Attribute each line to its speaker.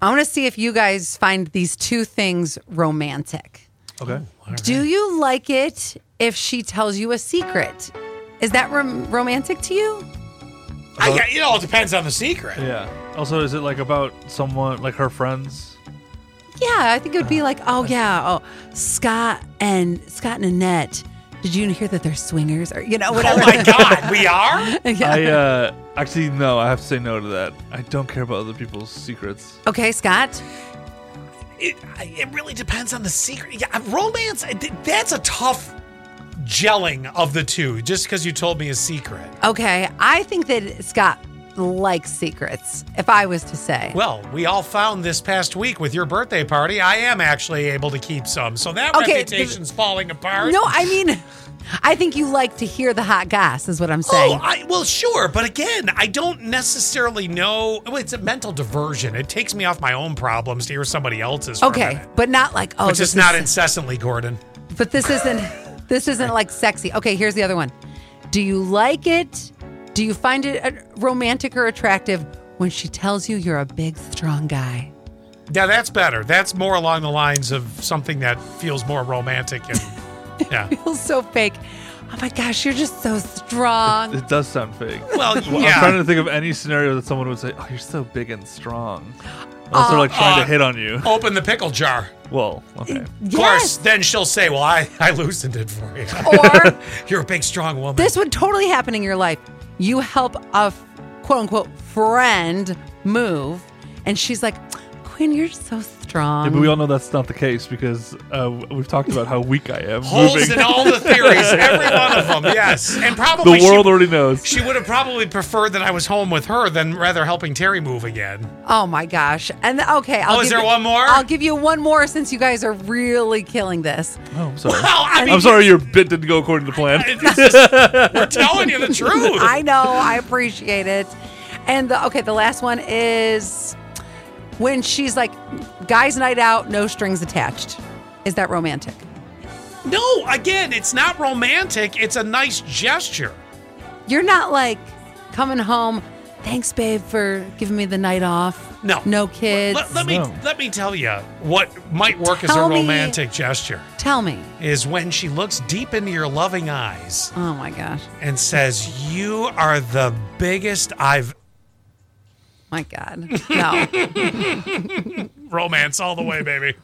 Speaker 1: I want to see if you guys find these two things romantic.
Speaker 2: Okay.
Speaker 3: Oh,
Speaker 1: Do you like it if she tells you a secret? Is that rom- romantic to you? Uh-huh.
Speaker 3: I, got- it all depends on the secret.
Speaker 2: Yeah. Also, is it like about someone, like her friends?
Speaker 1: Yeah, I think it would be like, oh yeah, oh Scott and Scott and Annette. Did you hear that they're swingers or you know
Speaker 3: Oh
Speaker 1: whatever?
Speaker 3: my God, we are?
Speaker 1: Yeah.
Speaker 2: I, uh, actually, no, I have to say no to that. I don't care about other people's secrets.
Speaker 1: okay, Scott.
Speaker 3: It, it really depends on the secret. Yeah, uh, romance, I- th- that's a tough gelling of the two just because you told me a secret.
Speaker 1: Okay, I think that Scott likes secrets. If I was to say,
Speaker 3: Well, we all found this past week with your birthday party. I am actually able to keep some. So that
Speaker 1: Okay,
Speaker 3: reputation's falling apart.
Speaker 1: no, I mean, I think you like to hear the hot goss is what I'm
Speaker 3: Oh,
Speaker 1: saying.
Speaker 3: I, well, sure, but again, I don't necessarily know. well, It's a mental diversion. It takes me off my own problems to hear somebody else's. for a
Speaker 1: okay,
Speaker 3: minute.
Speaker 1: but not like oh,
Speaker 3: which
Speaker 1: this
Speaker 3: is not
Speaker 1: is-
Speaker 3: incessantly, Gordon.
Speaker 1: But this isn't this isn't like sexy. Okay, here's the other one. Do you like it? Do you find it uh, romantic or attractive when she tells you you're a big strong guy?
Speaker 3: Yeah, that's better. That's more along the lines of something that feels more romantic and yeah.
Speaker 1: Feels so fake. Oh my gosh, you're just so strong.
Speaker 2: It does sound fake.
Speaker 3: Well,
Speaker 2: I'm trying
Speaker 3: yeah.
Speaker 2: to think of any scenario that someone would say, "Oh, you're so big and strong." Unless they're like trying
Speaker 3: uh,
Speaker 2: to hit on you.
Speaker 3: Open the pickle jar.
Speaker 2: Well, okay.
Speaker 3: Of course, then she'll say, "Well, I I loosened it for you.
Speaker 1: Or
Speaker 3: You're a big, strong woman."
Speaker 1: this would totally happen in your life. You help a f- quote unquote friend move, and she's like, Quinn, you're so strong.
Speaker 2: Yeah, but we all know that's not the case because uh, we've talked about how weak I am.
Speaker 3: holds
Speaker 2: Moving-
Speaker 3: in all the theories, every one of them. Yes, and probably
Speaker 2: the
Speaker 3: she-
Speaker 2: world already knows.
Speaker 3: She would have probably preferred that I was home with her than rather helping Terry move again.
Speaker 1: Oh my gosh! And the- okay, I'll
Speaker 3: Oh,
Speaker 1: give
Speaker 3: is there
Speaker 1: you-
Speaker 3: one more?
Speaker 1: I'll give you one more since you guys are really killing this.
Speaker 2: oh, I'm sorry.
Speaker 3: Well, I mean,
Speaker 2: I'm sorry your bit didn't go according to plan.
Speaker 3: It's just- we're telling you the truth.
Speaker 1: I know, I appreciate it. And the, okay, the last one is when she's like, "Guys' night out, no strings attached." Is that romantic?
Speaker 3: no, again, it's not romantic. It's a nice gesture.
Speaker 1: You're not like coming home. Thanks, babe, for giving me the night off.
Speaker 3: No,
Speaker 1: no kids.
Speaker 3: Let, let me
Speaker 2: No.
Speaker 3: let me tell you what might work as
Speaker 1: Tell
Speaker 3: a
Speaker 1: me.
Speaker 3: romantic gesture
Speaker 1: Tell me.
Speaker 3: is when she looks deep into your loving eyes
Speaker 1: Oh my gosh,
Speaker 3: and says, "You are the biggest I've."
Speaker 1: my God, no.
Speaker 3: Romance all the way, baby.